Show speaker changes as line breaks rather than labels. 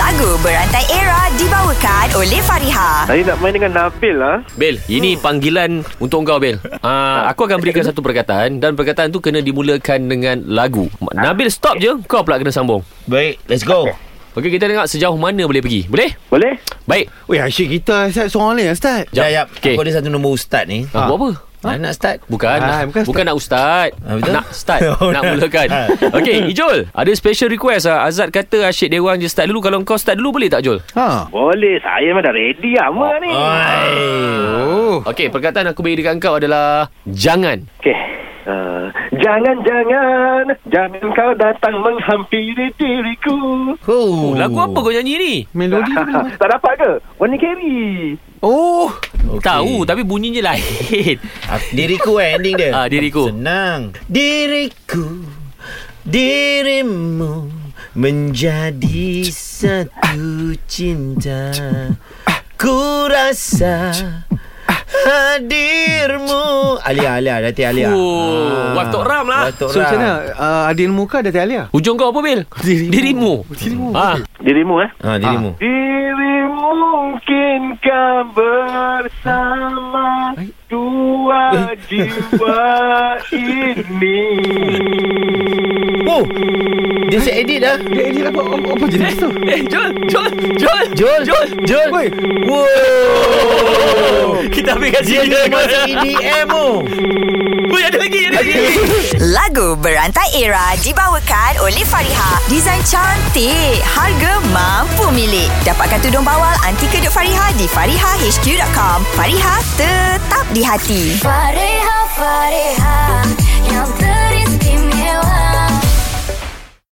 Lagu Berantai Era dibawakan oleh Fariha.
Saya nak main dengan Nabil lah.
Bil, ini
Hmm.
panggilan untuk kau Bil. Uh,
Ah.
aku akan berikan satu perkataan dan perkataan tu kena dimulakan dengan lagu. Nabil stop je, kau pula kena sambung.
Baik, let's go.
Okey, kita tengok sejauh mana boleh pergi. Boleh?
Boleh?
Baik.
Weh asyik kita Ustaz seorang ni Ustaz
Jap.
Jap, jap.
Okey.
Okay. Aku ada satu nombor ustaz ni.
Ha. Buat apa?
Ha? Nak start?
Bukan
Ah,
bukan,
bukan
bukan nak ustaz
Ah, betul?
Nak start
Oh,
Nak
nak.
mulakan
Ah.
Okey Ijol Ada special request ah. Azad kata Asyik Dewang je start dulu Kalau kau start dulu boleh tak Jol?
Ha
Boleh. Saya memang dah ready lah oh. ni.
Ah. Oi.
Oh
Okey perkataan aku beri dekat kau adalah Jangan
Okey. Uh, jangan, jangan. Jangan kau datang menghampiri diriku.
oh. Lagu apa kau nyanyi ni?
Melodi tu boleh
tak dapat ke? Warna carry.
Oh
Okay. Tahu tapi bunyinya lain
Aku- Diriku eh ending dia.
Ah, diriku.
Senang. Diriku. Dirimu menjadi satu cinta. Ku rasa hadirmu. Alia, Alia, Datuk Alia.
Oh, Watok Ram lah.
Watok
So
Ram.
macam mana uh, Adil Muka Datuk Alia
Hujung kau apa Bil? Dirimu. Dirimu. Ha.
Dirimu eh?
Ha, dirimu.
Ah.
Dirimu mungkinkah bersama dua jiwa ini?
Oh, dia saya edit dah.
Dia edit apa Apa, apa jenis tu
Eh, Jol, Jol, Jol,
Jol, Jol, Jol.
Woi.
Wow.
Kita ambil kat
Dia
sini.
ni masuk EDM oh.
Weh, ada lagi, ada lagi.
Lagu Berantai Era dibawakan oleh Fariha. Desain cantik, harga mampu milik. Dapatkan tudung bawal anti kedut Fariha di farihahq.com. Fariha tetap di hati.
Fareha, fareha, yang ter